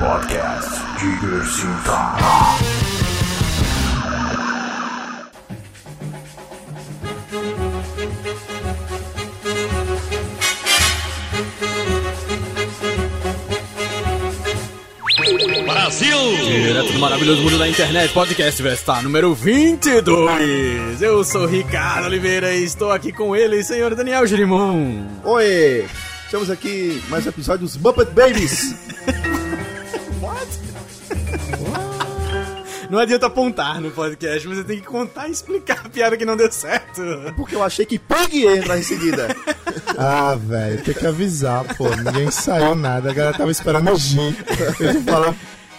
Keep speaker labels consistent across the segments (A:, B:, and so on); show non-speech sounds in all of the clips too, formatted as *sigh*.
A: Podcast Diversita.
B: Direto do maravilhoso mundo da internet, podcast Vestar número 22. Eu sou Ricardo Oliveira e estou aqui com ele, senhor Daniel Girimon.
C: Oi! Estamos aqui mais um episódio dos Muppet Babies!
B: Não adianta apontar no podcast, mas você tem que contar e explicar a piada que não deu certo.
C: Porque eu achei que Pig ia entrar em seguida.
D: *laughs* Ah, velho, tem que avisar, pô. Ninguém saiu nada. A galera tava esperando a G. Eu ia falar.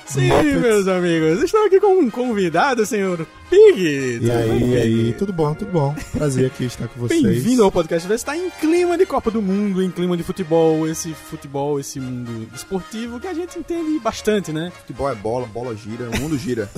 B: Sim, meus amigos, estou aqui com um convidado, senhor Pig.
D: E aí, e aí? Tudo bom, tudo bom. Prazer aqui estar com vocês.
B: Bem-vindo ao podcast Vestar em clima de Copa do Mundo, em clima de futebol, esse futebol, esse mundo esportivo que a gente entende bastante, né?
C: Futebol é bola, bola gira, o mundo gira.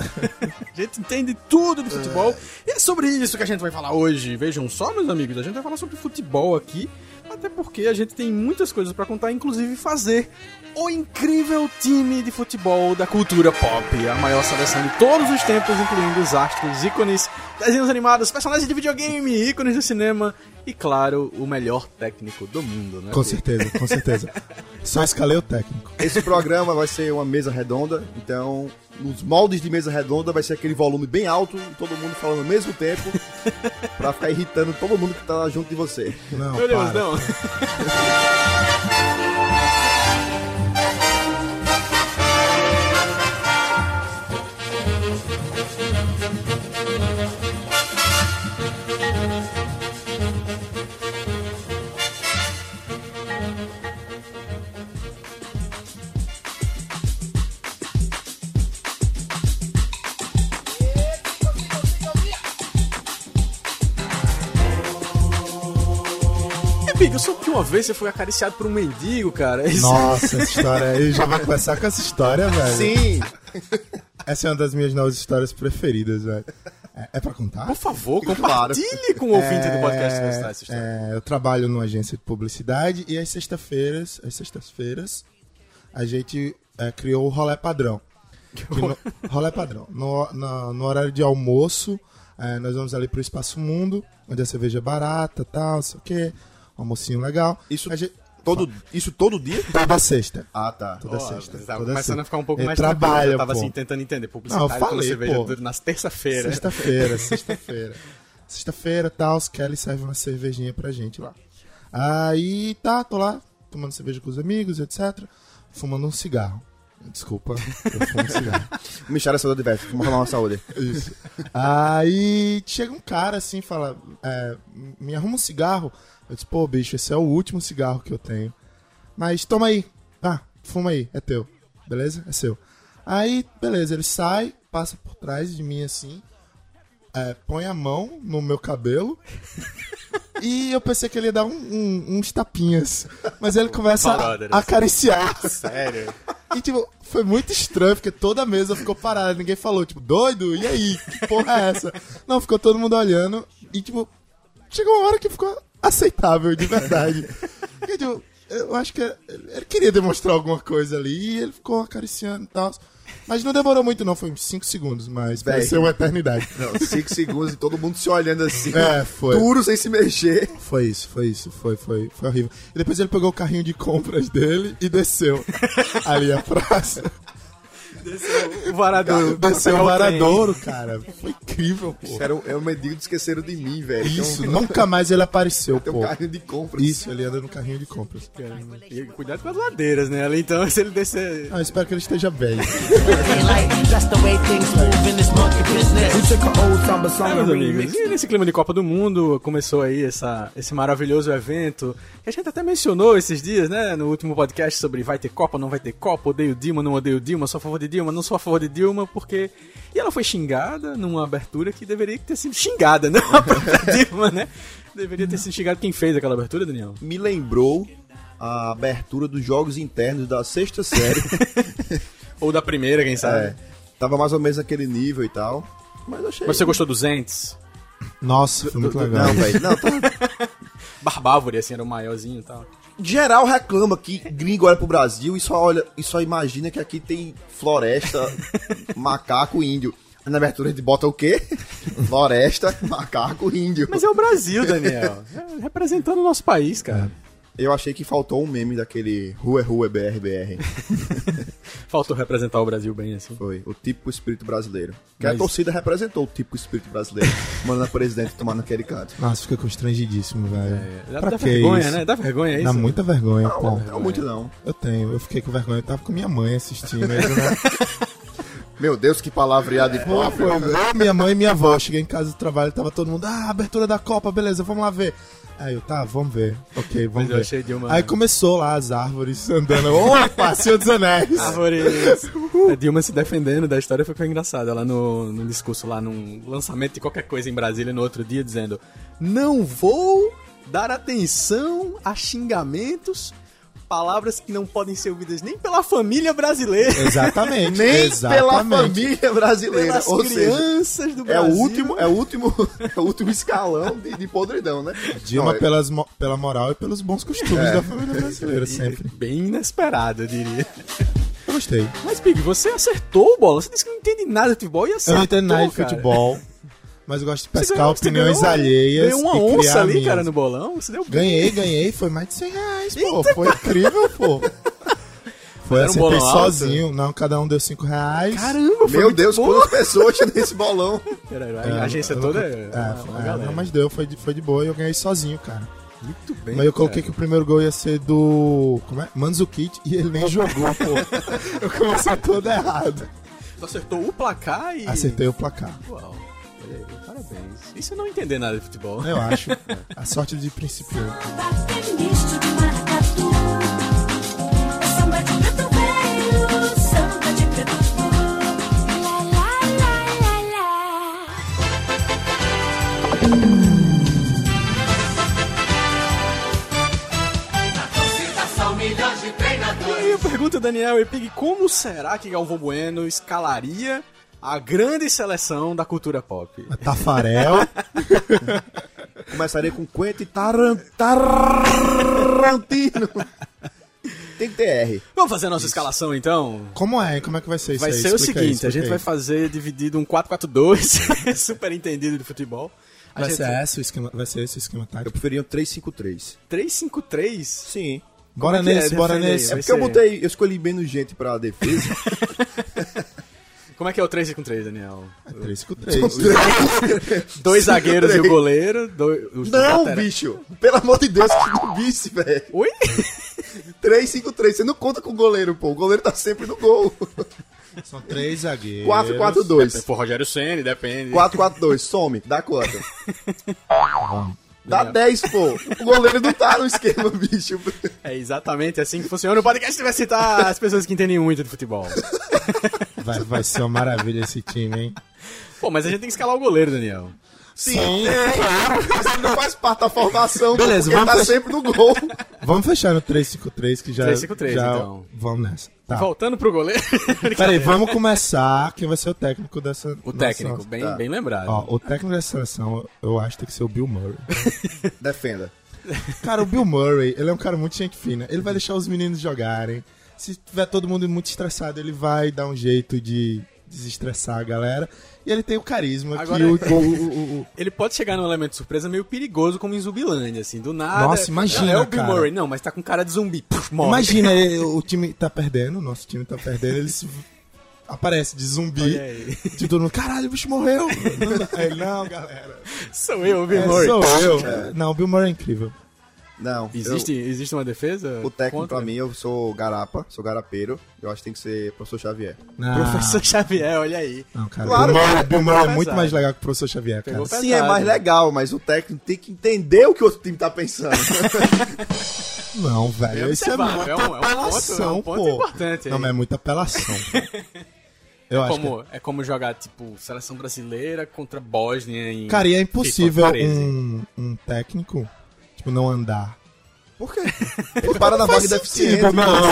B: A gente entende tudo de futebol. E é sobre isso que a gente vai falar hoje. Vejam só, meus amigos, a gente vai falar sobre futebol aqui, até porque a gente tem muitas coisas pra contar, inclusive fazer o incrível time de futebol da cultura pop, a maior seleção de todos os tempos, incluindo os astros, ícones, desenhos animados, personagens de videogame, ícones do cinema e, claro, o melhor técnico do mundo, né?
D: Com certeza, com certeza. Só escalei o técnico.
C: Esse programa vai ser uma mesa redonda, então nos moldes de mesa redonda vai ser aquele volume bem alto, todo mundo falando ao mesmo *laughs* tempo, pra ficar irritando todo mundo que tá junto de você.
D: Não,
B: Meu Deus,
D: para.
B: não. *laughs* É, Big, eu soube que uma vez você foi acariciado por um mendigo, cara. *laughs* Isso-
D: Nossa, essa história aí. Já vai começar com essa história, velho.
C: Sim!
D: Essa é uma das minhas novas histórias preferidas, velho. É, é pra contar?
B: Por favor,
C: Claro.
B: compartilhe com o ouvinte do podcast
D: É,
B: Vestar essa história.
D: é, eu trabalho numa agência de publicidade e às sextas-feiras, às sextas-feiras, a gente é, criou o rolé padrão. Que no- rolé padrão. No, na- no horário de almoço, é, nós vamos ali pro Espaço Mundo, onde a cerveja é barata, tal, não sei o quê. Um almocinho legal.
C: Isso
D: a gente,
C: todo, isso todo dia?
D: toda sexta.
C: Ah, tá.
D: Toda
B: Ó,
D: sexta.
B: Tava
D: toda
B: começando
D: sexta.
B: a ficar um pouco
D: É,
B: mais
D: trabalho,
B: tranquilo. Eu tava
D: pô.
B: assim tentando entender.
D: Não, eu
B: Publicitário quando
D: falei,
B: você veja
D: pô.
B: tudo nas terça-feiras.
D: Sexta-feira, sexta-feira. Sexta-feira, tal, os Kelly serve uma cervejinha pra gente lá. Aí tá, tô lá, tomando cerveja com os amigos, etc. Fumando um cigarro. Desculpa, eu fumo um cigarro.
C: Michara saúde diversa, vamos arrumar uma saúde.
D: Isso. Aí chega um cara assim e fala: é, Me arruma um cigarro. Eu disse: Pô, bicho, esse é o último cigarro que eu tenho. Mas toma aí. Ah, fuma aí, é teu. Beleza? É seu. Aí, beleza, ele sai, passa por trás de mim assim, é, põe a mão no meu cabelo. e eu pensei que ele ia dar um- um- uns tapinhas. Mas ele começa
B: Paródia,
D: a acariciar.
B: Sério?
D: E, tipo, foi muito estranho, porque toda a mesa ficou parada. Ninguém falou, tipo, doido? E aí? Que porra é essa? Não, ficou todo mundo olhando. E, tipo, chegou uma hora que ficou aceitável, de verdade. E, tipo, eu acho que ele ele queria demonstrar alguma coisa ali. E ele ficou acariciando e tal. Mas não demorou muito, não. Foi uns 5 segundos, mas
C: Véi.
D: pareceu uma eternidade.
C: Não, 5 segundos e todo mundo se olhando assim. *laughs*
D: É, foi.
C: Duro sem se mexer.
D: Foi isso, foi isso, foi, foi, foi horrível. E depois ele pegou o carrinho de compras dele e
C: *laughs*
D: desceu ali a praça.
B: né? O varador.
D: Desceu
B: Pegar
D: o
B: o trem.
D: varadouro, cara. Foi incrível, pô.
C: Era um, é um mendigo de esqueceram de mim, velho. Tem um-
D: Isso, nunca mais ele apareceu,
C: Tem um,
D: pô.
C: carrinho de compras.
D: Isso, ele anda no carrinho de compras.
B: E Cuidado com as ladeiras, né? Ali, Então, *laughs* se ele descer...
D: Ah, eu espero que ele esteja bem.
E: Like, That's the way things move in this monkey business.
B: É, meus amigos, e nesse clima de Copa do Mundo começou aí essa, esse maravilhoso evento que a gente até mencionou esses dias, né? No último podcast sobre vai ter Copa, não vai ter Copa, odeio Dilma, não odeio Dilma, sou a favor de Dilma, não sou a favor de Dilma, porque. E ela foi xingada numa abertura que deveria ter sido xingada, não *laughs* a própria Dilma, né? Deveria ter sido xingado quem fez aquela abertura, Daniel.
C: me lembrou a abertura dos jogos internos da sexta *laughs* série.
B: Ou da primeira, quem sabe.
C: É, tava mais ou menos naquele nível e tal. Mas eu achei.
B: Mas você gostou dos Entes?
D: Nossa, foi muito legal.
C: Não, velho. Não, tá.
B: Barbávore, assim, era o maiorzinho e tal.
C: Geral reclama que gringo olha pro Brasil e só olha e só imagina que aqui tem
B: *laughs*
C: floresta, macaco, índio. Aí Na abertura a gente bota o
B: *laughs*
C: quê? Floresta, macaco, índio.
B: Mas é o Brasil, Daniel. É representando o nosso país, cara.
C: Eu achei que faltou um meme daquele Rua é Rua BR BR.
B: Faltou representar o Brasil bem, assim.
C: Foi o típico espírito brasileiro. Que a
B: Mas-
C: torcida representou o típico espírito brasileiro, mandando a presidente tomar naquele canto.
D: Nossa, fica constrangidíssimo, velho.
C: É,
B: Dá,
D: pra
B: dá
D: que
B: vergonha,
D: isso?
B: né? Dá vergonha isso.
D: Dá *laughs* muita vergonha, pô.
C: né? Não, não
B: é.
C: muito não.
D: Eu tenho, eu fiquei com vergonha, eu tava com minha mãe assistindo. né? aí do nada-
C: Meu Deus, que palavreado
B: É.
C: de
D: Pô,
C: pobre.
D: foi, velho. minha mãe e minha avó, cheguei em casa do trabalho, tava todo mundo, ah, abertura da Copa, beleza, vamos lá ver. Aí eu, tá, vamos ver. Ok, vamos
B: Mas eu
D: ver.
B: é, achei de uma- né?
D: Aí começou lá as árvores andando. Opa, Senhor dos Anéis!
B: Árvores. A Dilma se defendendo da história ficou engraçada. Ela no, no discurso lá, num lançamento de qualquer coisa em Brasília no outro dia, dizendo: Não vou dar atenção a xingamentos, palavras que não podem ser ouvidas nem pela família brasileira,
D: Exatamente.
C: Nem pela
D: exatamente.
C: família
B: *laughs*
D: É,
C: brasileira.
B: pelas
C: Ou seja,
B: crianças do
C: é o
B: Brasil.
C: último, é o último, *laughs* é o último escalão de, de podridão, né?
D: Dilma
C: Não, é-
D: pelas mo- pela moral e pelos bons costumes
B: É.
D: da família brasileira, é sempre.
B: Bem inesperado, eu diria.
D: Eu gostei.
B: Mas, Pig, você acertou bola. Você disse que não entende nada de futebol e
D: Eu
B: acertou.
D: não entendo nada de
B: cara.
D: futebol, mas eu gosto de
B: Você
D: pescar
B: ganhou- você
D: opiniões
B: ganhou-
D: alheias.
B: Ganhou uma
D: e
B: onça
D: criar
B: ali,
D: minhas.
B: cara, no bolão. Você deu
D: Ganhei, ganhei, foi mais de 100 reais, pô. foi incrível,
B: *laughs*
D: pô. Foi
B: Era um
D: acertei
B: bolão alto?
D: sozinho, não, cada um deu 5 reais.
B: Caramba, foi
C: Meu
B: muito
C: Deus,
B: bom.
C: quantas pessoas nesse bolão.
B: Caralho, a agência
D: eu-
B: toda
D: eu-
B: é,
D: é,
B: uma-
D: foi-
B: uma
D: é,
B: galera.
D: não, mas deu, foi de, foi de boa e eu ganhei sozinho, cara.
B: Muito bem.
D: Mas eu coloquei
B: cara.
D: que o primeiro gol ia ser do. Como é? Manzukit e ele nem jogou, pô. *laughs* Eu comecei todo errado.
B: Tu acertou o placar e.
D: Acertei o placar.
B: Uau. olha aí, Parabéns. Isso é não entender nada de futebol.
D: Eu acho. A sorte de principiante.
F: Misto de maracatu, samba de preto velho, samba de preto velho. Lá, lá, lá, lá, lá.
B: E aí eu pergunto, Daniel e Pig, como será que Galvão Bueno escalaria a grande seleção da cultura pop?
D: Tafarel.
C: *laughs* Começaria com tá Quentin
D: tá
C: Taran- Tarantino. Tem que ter R. É
B: Vamos fazer a nossa escalação então?
D: Como é? Como é que vai ser isso
B: Vai
D: aí?
B: ser o
D: Explica aí,
B: seguinte, a
D: explica
B: gente
D: aí.
B: vai fazer dividido um 4-4-2, *laughs* super entendido de futebol. A
D: Vai
B: gente-
D: ser, esse o esquema, vai ser esse o esquema
C: Eu
D: tático.
C: preferia um 3-5-3.
B: 3-5-3?
C: Sim.
D: Bora
B: é que é?
D: nesse, bora
B: Defende aí,
D: nesse.
C: É
B: vai
C: porque eu
B: ser-
C: botei, eu escolhi menos gente pra defesa. *laughs*
B: Como é que é o 3-5-3, Daniel?
D: 3 É com 3.
B: Dois zagueiros e o
C: 5-3.
B: goleiro. dois- os
C: Não,
B: laterais.
C: bicho! Pelo amor de Deus, que não vice, velho.
B: Oi?
C: 3-5-3, você não conta com o goleiro, pô. O goleiro tá sempre no gol.
D: São 3 zagueiros.
C: 4-4-2.
B: For Rogério Senna, depende.
C: 4-4-2, some, dá
B: *laughs*
C: quanto? Dá 10, pô. O goleiro não tá no esquema, *laughs* bicho.
B: É exatamente assim que funciona o podcast. Você vai citar as pessoas que entendem muito de futebol.
D: Vai, vai ser uma maravilha esse time, hein?
B: Pô, mas a gente tem que escalar o goleiro, Daniel.
D: Sim.
C: Mas ele não faz parte da formação, pô,
D: Beleza,
C: porque ele
D: vamos
C: tá
D: fechar.
C: sempre no gol.
D: Vamos fechar no 3-5-3, que já.
B: 3-5-3,
D: já-
B: então.
D: Vamos nessa. Tá.
B: Voltando pro goleiro.
D: *laughs* Peraí, vamos começar. Quem vai ser o técnico dessa.
B: O
D: nossa-
B: técnico, bem,
C: Tá.
B: bem lembrado.
D: Ó, o técnico dessa seleção, eu acho que tem que ser o Bill Murray.
C: Defenda.
D: Cara, o Bill Murray, ele é um cara muito gente fina. Ele vai deixar os meninos jogarem. Se tiver todo mundo muito estressado, ele vai dar um jeito de desestressar a galera. E ele tem o carisma
B: Agora- é
D: que o,
B: *laughs*
D: o- o- o-
B: Ele pode chegar num elemento de surpresa meio perigoso, como em Zumbilândia, assim, do nada.
D: Nossa, imagina,
B: Não, é o Bill
D: cara.
B: Murray, não, mas tá com cara de zumbi. Puf, morre.
D: Imagina, ele- o time tá perdendo, o nosso time tá perdendo, ele se... aparece de zumbi.
B: Olha aí.
D: Tipo, todo mundo, caralho, o bicho morreu. Aí ele, não, galera.
B: *laughs* Sou eu, o Bill
D: É,
B: Murray.
D: sou eu. Não, o Bill Murray é incrível.
C: Não. eu-
B: Existe, existe uma defesa?
C: O técnico,
B: contra?
C: pra mim, eu sou garapa, sou garapeiro. Eu acho que tem que ser professor Xavier.
D: Não,
B: Professor Xavier, olha aí.
D: Não, cara,
C: Claro,
D: o Bill Murray,
B: Ah, cara,
D: Bill Murray é
B: pesado.
D: muito mais legal que o professor Xavier, cara.
B: Pegou pesado.
C: Sim, é mais legal, mas o técnico tem que entender o que o outro time tá pensando.
D: Não, velho, isso é
B: observável,
D: muita
B: é um- é um ponto- é um
D: apelação,
B: ponto
D: pô.
B: importante aí.
D: Não, mas é muita apelação. pô.
B: *laughs*
D: Eu acho que...
B: Como, é como jogar, tipo, seleção brasileira contra Bósnia em.
D: Cara, e é impossível
B: FIFA 13.
D: um, um técnico, tipo, não andar.
C: *laughs* Por quê? Ele para na vaga
D: Faz
C: deficiente.
D: sentido, não,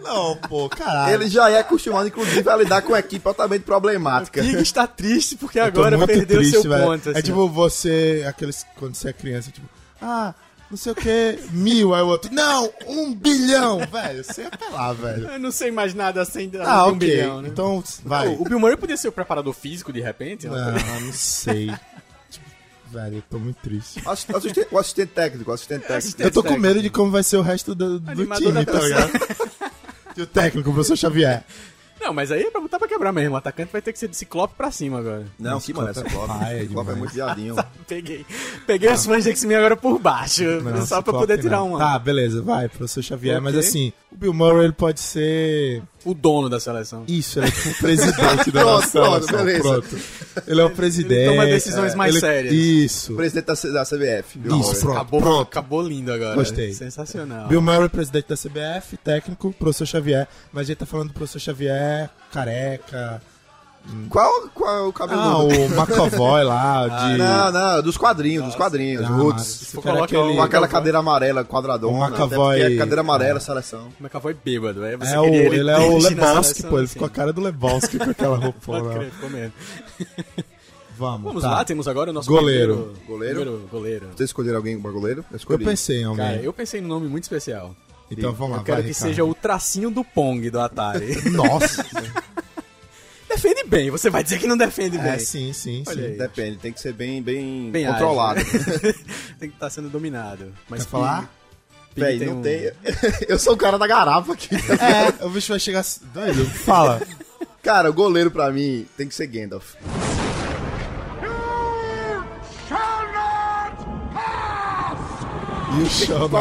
D: pô. *laughs* Não, pô, caralho.
C: Ele já é acostumado, inclusive, a lidar com equipe altamente problemática.
B: Gig está triste porque
D: Eu tô
B: agora
D: muito
B: perdeu
D: triste,
B: seu
D: velho.
B: ponto.
D: É
B: assim.
D: tipo você, aqueles, quando você é criança, tipo, ah, não sei o que, mil, aí o outro, não, um bilhão, velho, você é pra lá, velho.
B: Eu não sei mais nada assim da
D: Ah,
B: de um
D: ok,
B: bilhão, né?
D: então É. vai.
B: O Bill Murray podia ser o preparador físico de repente? né?
D: Não, não sei. Tipo, velho, eu tô muito triste.
C: Assis- assistente- o assistente técnico, o assistente técnico.
D: Eu tô com medo de como vai ser o resto do, do
B: né? Animador
D: time,
B: da
D: tá ligado? E o técnico, o professor Xavier.
B: Não, mas aí é pra botar pra quebrar mesmo. O atacante vai ter que ser de ciclope pra cima agora.
C: Não, que mano, essa Clóvis.
D: Ah, é
C: Esse Clóvis é
D: demais.
C: muito viadinho.
B: Peguei. Peguei os fãs de X-Men agora por baixo.
D: Não,
B: só pra
D: Ciclope
B: poder tirar
D: não.
B: uma.
D: Tá, beleza, vai, professor Xavier, mas
B: Ok. Tá.
D: assim, o Bill Murray ele pode ser
B: O dono da seleção.
D: Isso, ele
B: *laughs*
D: é tipo o presidente da
C: Pronto,
D: nossa
C: pronto,
D: nação, assim,
C: beleza.
D: Pronto. Ele é o presidente.
B: toma decisões mais sérias.
D: Isso.
C: Presidente da, C- da CBF. Bill
D: Isso,
C: Murray.
D: pronto.
B: Acabou, acabou lindo agora.
D: Gostei.
B: Sensacional.
D: Bill Murray, presidente da CBF, técnico, professor Xavier. Mas a gente tá falando do professor Xavier, careca.
C: Qual, qual é o
B: Tá
C: cabelo?
D: Ah, o McAvoy lá,
B: Ah,
D: de.
C: Não, não, dos quadrinhos, dos quadrinhos.
D: Ah,
C: Roots.
D: se
B: for
D: for
B: colocar
D: aquele-
C: Com aquela cadeira amarela, quadradona.
D: O
C: até porque
D: McAvoy-
C: é cadeira amarela, seleção.
B: Como é que eu vou bêbado? É, você
D: É o,
B: queria
D: ele, é o
B: dirigir na
D: Lebowski,
B: seleção,
D: pô. Ele
B: sim.
D: ficou a cara do Lebowski com aquela
B: *laughs* Pode
D: roupona.
B: crer, ficou mesmo.
D: Vamos,
B: Vamos
D: tá.
B: lá, temos agora o nosso
D: Goleiro.
B: primeiro-
C: Goleiro?
B: primeiro goleiro.
C: Vocês escolheram alguém para goleiro? Eu
D: Eu
C: escolhi.
D: pensei em alguém.
B: Cara, eu pensei num nome muito especial.
D: então vamos lá,
B: eu quero
D: vai,
B: que
D: Ricardo.
B: seja o tracinho do Pong do Atari.
D: *laughs* Nossa.
B: defende bem, você vai dizer que não defende bem.
D: é, sim, sim,
B: Olha aí.
D: sim.
C: Depende, tem que ser bem, bem,
B: Bem
C: controlado.
B: ágil. *laughs* né? tem que estar sendo dominado. Mas
D: Quer falar?
B: Pig- Pig
C: Véi, não
B: um-
C: tem. *laughs* Eu sou o cara da garapa aqui. *laughs*
D: É, o bicho vai chegar. Doido, *laughs* fala.
C: Cara, o goleiro pra mim tem que ser Gandalf.
D: E o chão na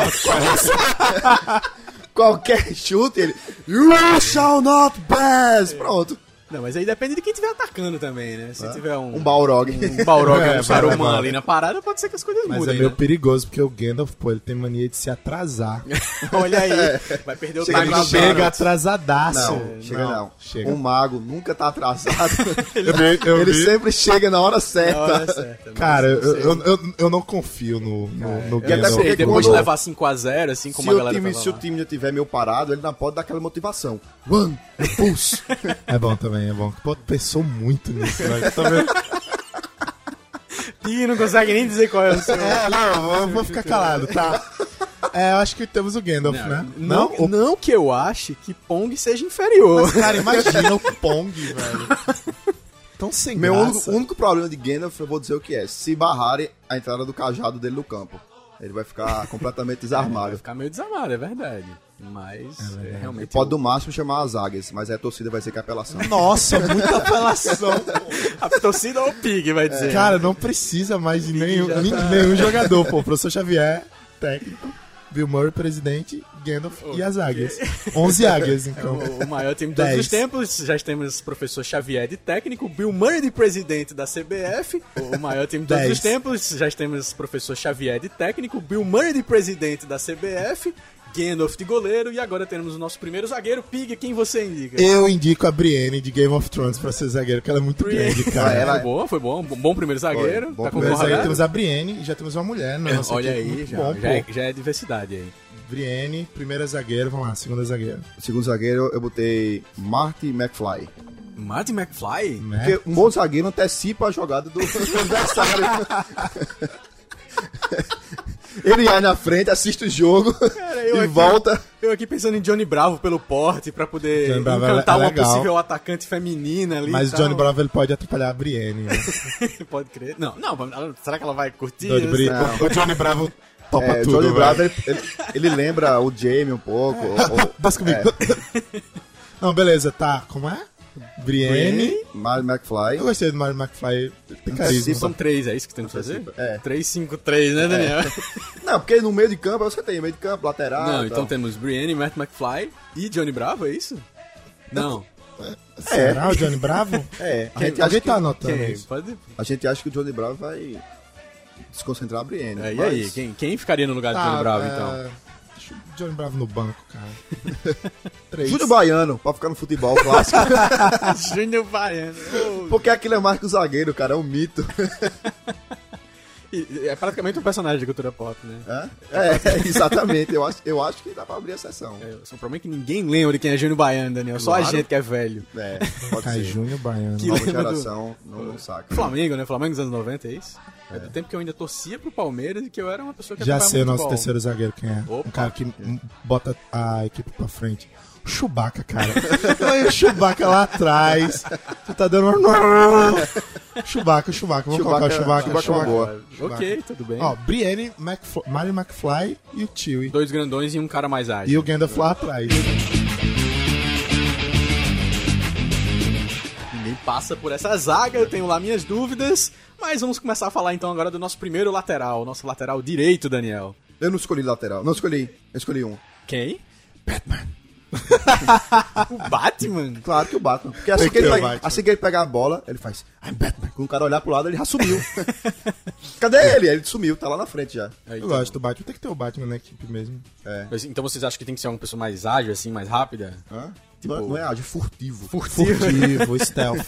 C: Qualquer *laughs* chute, ele. You shall not pass! Pronto.
B: Não, mas aí depende de quem estiver atacando também, né? Se tiver um,
C: Um Balrog. *laughs*
B: um Balrog,
D: Ah. *laughs* É,
B: um
D: vai
B: Saruman
D: levar.
B: ali na parada, pode ser que as coisas
D: Mas
B: mudem.
D: é meio
B: né?
D: perigoso, porque o Gandalf, pô, ele tem mania de se atrasar.
B: *laughs* Olha aí, vai perder o
C: Chega
B: time
D: Ele
C: Atrasado.
B: do
D: chega atrasadaço.
C: Não, chega não.
D: Chega.
C: Um mago nunca tá atrasado.
D: *laughs*
C: *laughs*
D: Eu vi- eu
C: ele
D: vi.
C: sempre chega na hora certa.
B: Na hora é certa, mas não
D: Cara, eu,
B: sei.
D: eu, eu, eu não confio no, no, no
C: até
D: Gandalf.
C: porque
B: E depois de
C: quando-
B: levar 5x0, assim como
C: se,
B: a
C: o
B: galera
C: time,
B: tava
C: se o
B: lá.
C: time já tiver meio parado, ele não pode dar aquela motivação. One, pulse.
D: *laughs* É bom também, é bom. Pô, pensou muito nisso, velho. Tá vendo?
B: Ih, não consegue nem dizer qual é o seu.
D: É, não, eu vou ficar calado, tá? É, eu acho que temos o Gandalf, né?
B: Não,
D: O-
B: não que eu ache que Pong seja inferior.
D: Cara, imagina o Pong, velho. Tão sem
C: Meu único,
D: graça.
C: único problema de Gandalf, eu vou dizer o que é. Se barrarem a entrada do cajado dele no campo. Ele vai ficar
D: *laughs*
C: completamente desarmado.
B: Ficar meio desamado, é verdade. Mas é, realmente.
C: Pode no máximo chamar as águias, mas aí a torcida vai ser que é apelação.
D: Nossa, muita apelação, pô.
B: *laughs* A torcida ou o Pig, vai dizer.
D: Cara, não precisa mais de nenhum, nin-
B: tá.
D: nenhum jogador, pô. Professor Xavier, técnico. Bill Murray, presidente. Gandalf e as águias. 11 águias, então.
B: É O o maior time de todos os
D: Dez.
B: tempos. Já temos professor Xavier de técnico, Bill Murray de presidente da CBF. O- O maior time de todos
D: Dez.
B: os tempos. Já temos professor Xavier de técnico, Bill Murray de presidente da CBF, Gandalf de goleiro. E agora temos o nosso primeiro zagueiro, Pig. Quem você indica?
D: Eu indico a Brienne de Game of Thrones pra ser zagueiro, que ela é muito
B: Brienne.
D: grande, cara.
C: Ah, ela-
B: É, Foi bom, foi bom. Bom primeiro zagueiro.
C: bom
B: tá com
C: primeiro
D: Mas aí
B: zagueiro.
D: temos a Brienne e já temos uma mulher no nosso
B: Olha
D: equipe,
B: aí,
D: muito
B: já,
D: bom,
B: já, é,
D: pô.
B: já é diversidade aí.
D: Brienne, primeira zagueira, vamos lá, segunda zagueira.
C: Segundo zagueiro, eu botei Marty McFly.
B: Martin McFly?
D: Né?
C: Porque um bom zagueiro antecipa a jogada do *laughs* adversário. Ele vai na frente, assiste o jogo
B: eu
C: e
B: aqui-
C: volta.
B: Eu aqui pensando em Johnny Bravo pelo porte, pra poder
D: Johnny Bravo é-
B: encantar
D: é
B: uma
D: legal.
B: possível atacante feminina ali.
D: Mas
B: e
D: o
B: tal.
D: Johnny Bravo ele pode atrapalhar a Brienne. Né?
B: *laughs* Pode crer. Não, não, ela- será que ela vai curtir?
D: Doido, Bri- O Johnny Bravo topa
C: É, o
D: tudo. velho. É,
C: Johnny Bravo, ele, ele- ele lembra o Jamie um pouco. é, ou- ou-
D: Passa comigo. Tá *laughs* Não, beleza, tá. Como é? Brienne.
C: Marty McFly.
D: Eu gostei do Mario McFly. Tem
B: Sim,
D: carisma.
B: São três, é isso que temos que fazer?
C: É.
B: 3, 5, 3, né, Daniel?
C: Não, porque no meio de campo você tem meio de campo, lateral.
B: não,
C: e
B: então
C: tal.
B: temos Brienne, Matt McFly e Johnny Bravo, é isso? Não.
D: Será o Johnny Bravo?
C: É, a
D: Alguém,
C: gente, acha
D: tá
C: que,
D: anotando
B: Quem?
D: isso?
B: Pode...
C: a gente acha que o Johnny Bravo vai desconcentrar a Brienne.
B: É, e
C: mas-
B: aí, quem, quem ficaria no lugar do
D: Ah,
B: Johnny Bravo,
D: *laughs*
B: então?
D: então. Tá, Deixa o Johnny Bravo no banco, cara. Três.
C: Júlio Baiano, pra ficar no *laughs* futebol clássico.
B: Júnior Baiano.
C: um porque aquilo é mais que o zagueiro, cara, é um mito.
B: E É praticamente um personagem de cultura pop, né?
C: Hã? É, exatamente. Eu acho, eu acho que dá pra abrir a sessão.
B: É, só o problema é que ninguém lembra de quem é Júnior Baiano, Daniel. Só a
C: Claro.
B: gente que é velho.
C: É, pode
D: Cai
C: ser.
D: Júnior Baiano.
B: Que-
C: Nova
B: lembra do-
C: geração, não, não saca.
B: Flamengo, né? Flamengo dos anos 90, é isso? É, do tempo que eu ainda torcia pro Palmeiras e que eu era uma pessoa que
D: Já
B: acompanhava
D: sei o nosso
B: futebol.
D: terceiro zagueiro quem é.
B: Opa.
D: Um cara que hum, bota a equipe pra frente. O Chewbacca, cara. *laughs* Olha o Chewbacca lá atrás. Tu tá dando uma... Chewbacca, Chewbacca. Vamos colocar o Chewbacca.
C: Chewbacca é uma boa.
B: Ok, tudo bem.
D: Ó, Brienne, McFly, Mario McFly e o Chewie.
B: Dois grandões e um cara mais ágil.
D: E o Gandalf lá atrás.
B: Ninguém passa por essa zaga, eu tenho lá minhas dúvidas. Mas vamos começar a falar então agora do nosso primeiro lateral, nosso lateral direito, Daniel.
C: Eu não escolhi lateral. Não escolhi. Eu escolhi um.
B: Quem? Batman. *laughs* o Batman?
C: Claro que o Batman. Porque assim
D: Por
C: que, ele
D: que o
C: pega,
D: Batman?
C: assim que ele pegar a bola, ele faz. I'm Batman. Quando o cara olhar pro lado, ele já sumiu. *laughs* Cadê ele? Aí Ele sumiu, tá lá na frente já.
B: Aí,
D: Eu gosto do Batman. Tem que ter o Batman na equipe mesmo.
C: É.
B: Mas, Então vocês acham que tem que ser uma pessoa mais ágil, assim, mais rápida?
C: Hã? não, não é ágil, furtivo.
D: Furtivo, stealth.
B: *laughs*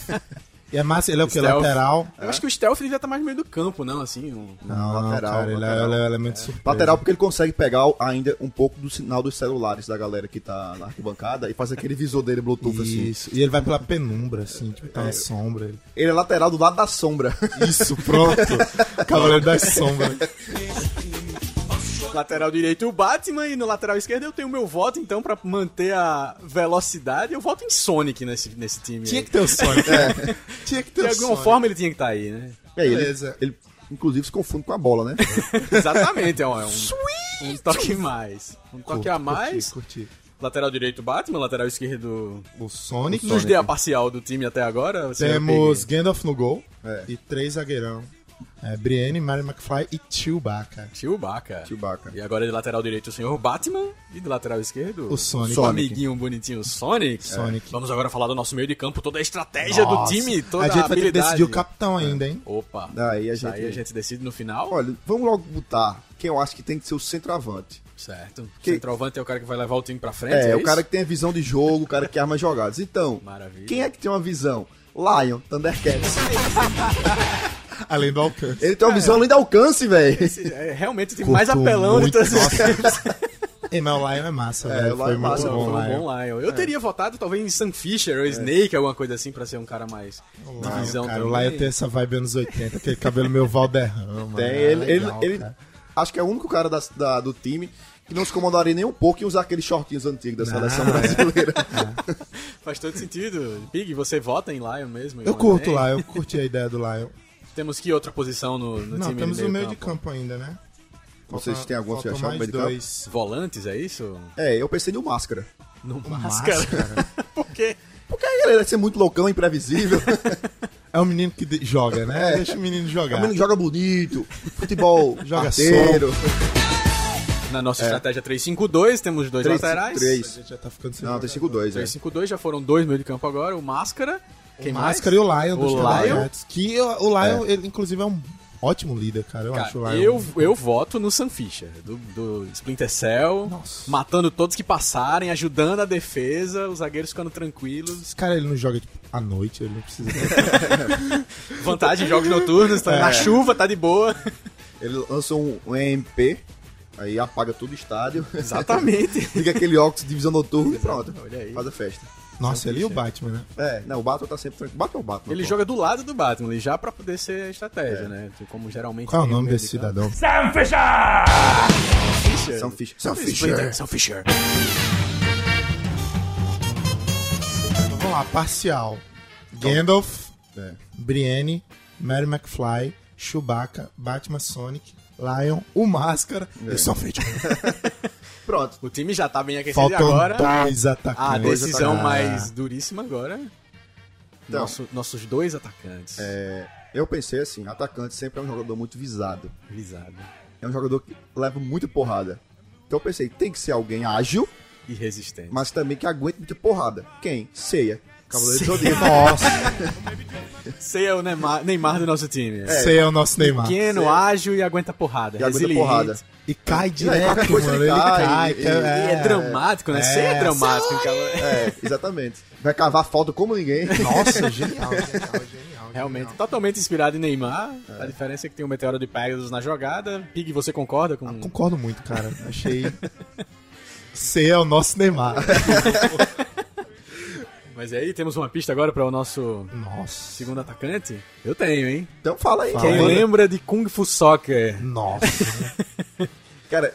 D: E é massa, ele é o que?
B: Stealth.
D: Lateral?
B: Eu acho que o Stealth devia estar mais no meio do campo, não, assim. um-
D: Não,
C: lateral,
D: cara, ele é-
C: lateral.
D: ele é o elemento surpresa.
C: Lateral porque ele consegue pegar o- ainda um pouco do sinal dos celulares da galera que tá na arquibancada e faz aquele visor dele Bluetooth assim.
D: Isso. E ele vai pela penumbra, assim, tipo, tá na sombra. ele-
C: Ele é lateral do lado da sombra. *laughs*
D: Isso, pronto.
B: *laughs*
D: Cavaleiro das Sombras.
B: Lateral direito o Batman e no lateral esquerdo eu tenho o meu voto, então, pra manter a velocidade. Eu voto em Sonic nesse, nesse time.
D: Tinha
B: aí.
D: que ter o Sonic. Tinha que ter
B: É. De
D: o
B: alguma
D: Sonic.
B: forma ele tinha que estar aí, né?
C: E aí, ele,
D: Beleza.
C: ele inclusive se confunde com a bola, né?
B: Exatamente, é um, é um- um toque mais. Um toque a mais.
D: Curti, curti.
B: Lateral direito Batman, lateral esquerdo.
D: O Sonic.
B: Nos dê é a parcial do time até agora. você
D: Temos
B: vai
D: Gandalf no gol.
C: É.
D: E três zagueirão. É, Brienne, Mary McFly e Chewbacca.
B: pegar Chewbacca.
C: Chewbacca.
B: E agora de lateral direito o senhor Batman e de lateral esquerdo
D: O Sonic.
B: O amiguinho bonitinho Sonic.
D: Sonic.
B: É. Vamos agora falar do nosso meio de campo, toda a estratégia
D: Nossa.
B: do time, toda
D: a gente vai ter que
B: habilidade.
D: decidir o capitão
C: É.
D: ainda, hein?
B: Opa.
C: Daí a
B: Isso
C: gente-
B: Aí a gente decide no final.
C: Olha, vamos logo botar quem eu acho que tem que ser o centroavante.
B: Certo.
C: Que-
B: Centroavante é o cara que vai levar o time pra frente.
C: É, o
B: isso?
C: cara que tem a visão de jogo, o cara que arma jogadas. Então,
B: Maravilha.
C: quem é que tem uma visão? Lion, Thundercats.
D: Além do
C: *laughs*
D: alcance.
C: Ele tem uma visão além do alcance, velho.
B: Esse é realmente o time mais
D: Curto
B: apelão de
D: muito,
B: todos os
D: nossa.
B: tempos.
D: Ei, mas o Lion é massa,
C: É,
D: velho.
C: o
D: Foi
C: Lion é
D: muito
C: massa,
B: Foi um
D: bom, Lion. É.
B: bom Lion. Eu teria votado talvez em Sam Fisher ou Snake, alguma coisa assim, pra ser um cara mais
D: Lion,
B: divisão
D: cara,
B: também.
D: o Lion tem essa vibe anos 80, aquele cabelo meio Valderrama.
C: *laughs* Tem,
D: é
C: ele, ele-
D: legal,
C: ele-
D: cara.
C: acho que é o único cara da- da- do time que não se incomodaria nem um pouco em usar aqueles shortinhos antigos da seleção brasileira.
B: Faz todo sentido. Pig, você vota em Lion mesmo?
D: Eu
B: Ivan?
D: curto
B: Tem?
D: o Lion, eu curti a ideia do
C: *laughs*
D: Lion.
B: Temos que outra posição no, no
D: Não,
B: time
D: temos
B: de
D: o meio
B: meio
D: de campo ainda, né?
C: Vocês têm alguma que
D: Faltam
C: achar
D: mais
C: meio de campo?
D: dois.
B: Volantes, é isso?
C: É, eu pensei no Máscara.
B: No
D: Máscara.
B: *laughs* Por quê?
C: Porque aí ele ia ser muito loucão, imprevisível.
D: É o menino que de- joga, né? Deixa o menino jogar.
C: O É. um menino joga bonito, futebol,
D: Joga
C: arteiro.
B: Na
D: É.
B: nossa estratégia 3-5-2, temos dois
C: Três,
B: laterais.
D: A
C: três.
D: gente já tá ficando sem
C: Não,
D: jogar.
C: tem 5-2, é.
B: 3-5-2, já foram dois meio de campo agora. O Máscara. Quem mais?
D: Máscara e o Lion dos
B: O Lion?
D: Thundercats, Que o, o Lion, ele, inclusive, é um ótimo líder, cara. Eu acho o
B: Cara,
D: Lion. um
B: eu, eu voto no Sam Fisher, do, do Splinter Cell,
D: Nossa.
B: matando todos que passarem, ajudando a defesa, os zagueiros ficando tranquilos.
D: Esse cara, ele não joga tipo, à noite, ele
B: *laughs*
D: não precisa.
B: Vantagem em jogos noturnos,
D: É.
B: tá na chuva, tá de
D: *laughs*
B: boa.
C: Ele lança um, um EMP, aí apaga todo o estádio.
B: Exatamente.
C: *laughs* Fica aquele óculos de divisão noturna e pronto.
B: Olha aí.
C: Faz a festa.
D: Nossa, ele e o Batman, né?
C: É, não, o Batman tá sempre tranquilo. Batman é o Batman.
B: Ele
C: pô.
B: joga do lado do Batman, ali, já pra poder ser a estratégia, né? Como geralmente.
D: É. Qual é o
B: tem
D: nome
B: meio
D: desse
B: de campo.
D: cidadão?
B: Fisher.
C: Sam Fisher. Sam
B: Splinter
C: Fisher.
B: Sam Fisher.
D: Vamos lá, parcial.
B: Então.
D: Gandalf,
C: É.
D: Brienne, Mary McFly, Chewbacca, Batman Sonic, Lion, o Máscara
B: É.
D: e
B: *laughs*
D: só feito.
C: Pronto.
B: O time já tá bem aquecido e
D: Faltam
B: agora.
D: dois atacantes.
B: A decisão
D: Ah,
B: mais duríssima agora. né?
C: Então.
B: Nosso- nossos dois atacantes. É.
C: Eu pensei assim, atacante sempre é um jogador muito visado.
B: Visado.
C: É um jogador que leva muito porrada. Então eu pensei, tem que ser alguém ágil,
B: E resistente.
C: mas também que aguente muita porrada. Quem? Ceia. Cavaleiro do Zodíaco.
D: Nossa,
B: Sei é o Neymar, Neymar do nosso time. É.
D: esse é o nosso Neymar.
B: Pequeno, ágil e aguenta porrada.
C: E aguenta
B: Resiliente.
C: porrada.
D: E cai
C: É,
D: direto,
C: qualquer coisa
D: mano. Ele
C: ele cai,
D: cai.
C: ele-
B: E é,
D: é.
B: dramático, né? Sei é,
D: É,
B: dramático. cara.
C: É, exatamente. Vai cavar falta como ninguém. *laughs*
B: *laughs*
D: Nossa, genial, genial, genial. genial.
B: Realmente,
D: genial.
B: totalmente inspirado em Neymar. A diferença é que tem o Meteoro de Pegasus na jogada. Pig, você concorda com.
D: Ah, Concordo muito, cara. Achei. C é o nosso Neymar.
B: Mas aí temos uma pista agora para o nosso
D: Nossa.
B: segundo atacante? Eu tenho, hein?
C: Então fala aí,
B: Quem
C: manda.
B: lembra de Kung Fu Soccer?
D: Nossa.
C: Cara,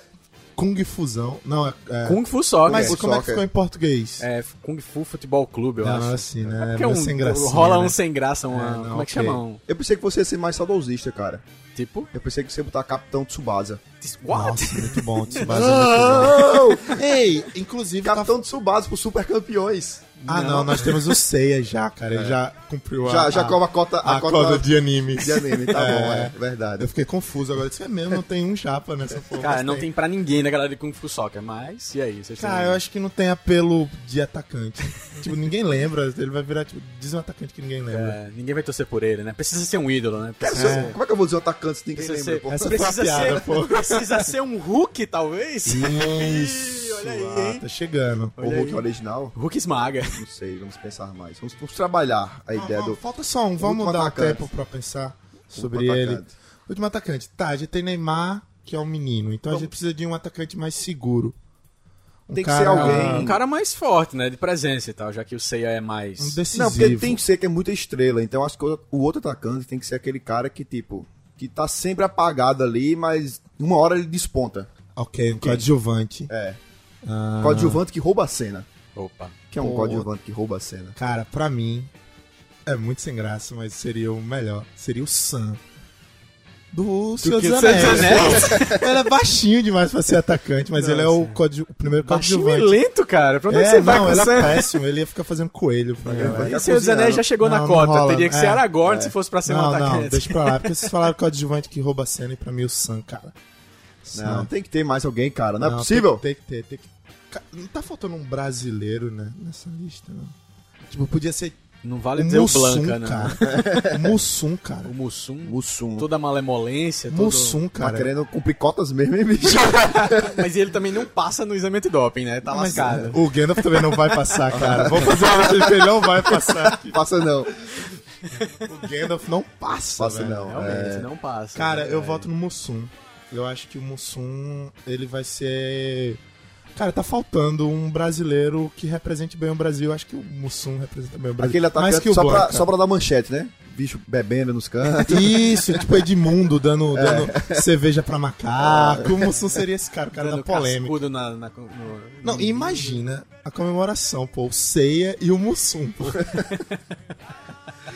D: Kung Fusão. Não, é. é-
B: Kung Fu Soccer.
D: Mas
C: Fu
D: como é que
C: Soccer.
D: ficou em português?
B: É, Kung Fu Futebol Clube, eu
D: não,
B: acho.
D: assim, né?
B: Porque
D: meio
B: um,
D: sem gracinha,
B: rola
D: né?
B: um sem graça, uma,
D: É, não,
B: como é que
D: ok.
B: chama? Um,
C: eu pensei que você ia ser mais saudosista, cara.
B: tipo,
C: Eu pensei que você ia botar Capitão Tsubasa.
B: what?
D: Nossa, muito
B: *laughs*
D: bom. Tsubasa é muito
C: *laughs* Não!
D: bom. Ei, inclusive. tá-
C: Capitão Tsubasa pro Super Campeões.
D: Ah, não, nós temos o Seiya já, cara.
B: É.
D: Ele já cumpriu a.
C: Já, já
D: a-
C: cobra a cota,
D: Ah, a,
C: a cota,
D: cota de anime.
C: de anime, tá bom,
D: É.
C: é verdade.
D: Eu fiquei confuso agora. Isso é mesmo, não tem um japa nessa porra.
B: Cara,
D: mas
B: não tem pra ninguém na galera de Kung Fu Soccer, mas e aí? Vocês
D: Cara,
B: têm-
D: eu acho que não tem apelo de atacante. *laughs* tipo, ninguém lembra. Ele vai virar, tipo, diz um atacante que ninguém lembra.
B: É, ninguém vai torcer por ele, né? Precisa ser um ídolo, né?
C: Cara,
B: Precisa,
C: se eu- como é que eu vou dizer o atacante se ninguém
B: precisa
C: lembra?
B: ser,
C: pô?
D: Essa foi
B: precisa,
D: uma piada,
B: ser
D: pô.
B: precisa ser um Hulk, talvez?
D: Isso,
B: olha aí,
D: ah,
B: hein?
D: tá chegando.
C: O Hulk original?
B: Hulk esmaga.
C: Não sei, vamos pensar mais. Vamos, vamos trabalhar a ideia
D: Ah,
C: do.
D: Falta só um, vamos
C: Último
D: dar
C: atacante.
D: tempo pra pensar sobre
C: Último
D: ele.
C: atacante.
D: Último atacante. Tá, a gente tem Neymar, que é um menino. Então a gente precisa de um atacante mais seguro. Um
C: Tem que ser alguém.
B: Um cara mais forte, né? De presença e tal, já que o Seiya é mais...
D: Um decisivo.
C: Não, porque tem que ser que é muita estrela. Então acho que o o outro atacante tem que ser aquele cara que, tipo, que tá sempre apagado ali, mas uma hora ele desponta.
D: Ok, um coadjuvante.
C: É.
D: Ah,
C: Coadjuvante que rouba a cena.
B: Opa.
C: Que é um
D: Pô.
C: coadjuvante que rouba a cena.
D: Cara, pra mim, é muito sem graça, mas seria o melhor. Seria o Sam. Do Senhor
B: que
D: dos
B: Senhor
D: Anéis.
B: dos né?
D: *laughs*
B: Tá
D: ele é baixinho demais pra ser atacante, mas ele é o, coadju- o primeiro
B: Baixinho e
D: coadjuvante.
B: lento, cara. Pra onde é que
D: É,
B: você vai
D: não,
B: com
D: ele é
B: essa-
D: péssimo. Ele ia ficar fazendo coelho pra galera.
B: E o Senhor dos Anéis já chegou
D: né? Não,
B: na
D: não
B: cota.
D: rola.
B: Teria que
D: É,
B: ser Aragorn se fosse pra ser um
D: Não,
B: atacante.
D: não, deixa pra lá. *laughs* Porque vocês falaram coadjuvante que rouba a cena e pra mim é o Sam, cara.
C: Não,
D: Sam.
C: tem que ter mais alguém, cara. Não, é
D: Não,
C: possível.
D: Tem, que- tem que ter, tem que. Ca- Não tá faltando um brasileiro, né? Nessa lista, não. Tipo, podia ser
B: Não vale
D: o
B: dizer o
D: Mussum,
B: Blanca, né?
D: *laughs* cara. O Mussum, cara.
B: O Mussum.
C: Mussum.
B: Toda a malemolência. todo-
D: Mussum,
C: Tá
D: cara.
C: querendo cumprir cotas mesmo,
D: *laughs*
C: hein, bicho?
B: Mas ele também não passa no exame de doping, né? Tá
D: Mas
B: lascado.
D: O Gandalf também não vai passar, cara. Vamos fazer uma lista de que ele não vai passar.
C: Passa não.
D: O Gandalf não passa,
C: Passa
D: velho.
C: não.
B: Realmente,
C: É.
B: não passa.
D: Cara,
B: né?
D: eu voto no Mussum. Eu acho que o Mussum, ele vai ser... Cara, tá faltando um brasileiro que represente bem o Brasil. Eu acho que o Mussum representa bem o Brasil.
C: Aquele
D: Mais que
C: atacante
D: o
C: só, pra,
D: Blanca.
C: só pra dar manchete, né? Bicho bebendo nos cantos. *laughs*
D: Isso, tipo Edmundo dando, dando cerveja pra macaco. O Mussum seria esse cara, o cara tá
B: Dando
D: da polêmica.
B: cascudo na, na- no-
D: Não,
B: no-
D: e imagina a comemoração, pô. O Ceia e o Mussum, pô.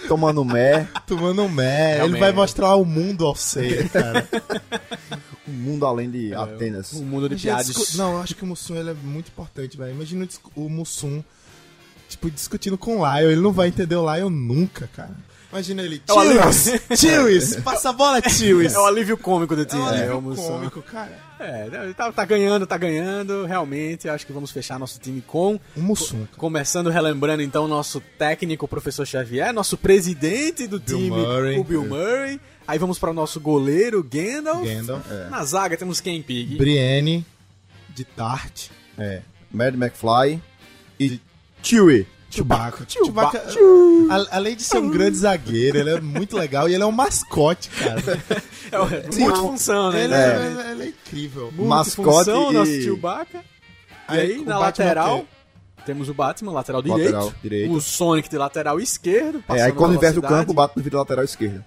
C: tomando mé.
D: Tomando um mé. Ele
B: Realmente.
D: vai mostrar o mundo ao Ceia,
B: *laughs*
D: cara.
C: Um mundo além
D: É,
C: de Atenas.
B: Um mundo de
D: Imagina
B: piadas.
D: discu- Não, eu acho que o Mussum ele é muito importante, velho. Imagina o discu- o Mussum, tipo, discutindo com o Lion. Ele não vai entender o Lion nunca, cara. Imagina ele.
B: É o
D: Tiwis!
B: alívio- *laughs*
D: Tiwis! Passa a bola, Tiwis!
B: *laughs* É o alívio cômico do
D: É
B: time.
D: um
B: né?
D: alívio
B: o Mussum.
D: cômico,
B: *laughs*
D: cara.
B: É, né, tá, tá ganhando, tá ganhando. Realmente, acho que vamos fechar nosso time com.
D: O Mussum, cara.
B: Começando, relembrando então nosso técnico, o professor Xavier, nosso presidente do time,
D: Murray.
B: o Bill Murray. Aí vamos para o nosso goleiro, Gandalf.
D: Gandalf.
B: Na zaga temos Ken Pig.
D: Brienne, de Tarte.
C: É. Mad McFly e Chewie. É,
D: Chewbacca.
B: Chewbacca.
D: Chewbacca. A- Além de ser um grande zagueiro, ele é muito legal e ele é um mascote, cara.
B: *laughs* É uma multifunção, né?
D: Ele
B: né?
D: é, ele é- ele é incrível.
B: Multifunção,
C: mascote e-
B: nosso Chewbacca. E aí,
D: o
B: na
D: Batman
B: lateral,
D: quer.
B: temos o Batman, lateral direito.
C: Lateral direito.
B: O Sonic de lateral esquerdo.
C: É, aí
B: passando
C: quando
B: na
C: inverte o
B: velocidade.
C: campo, bate no vidro lateral esquerdo.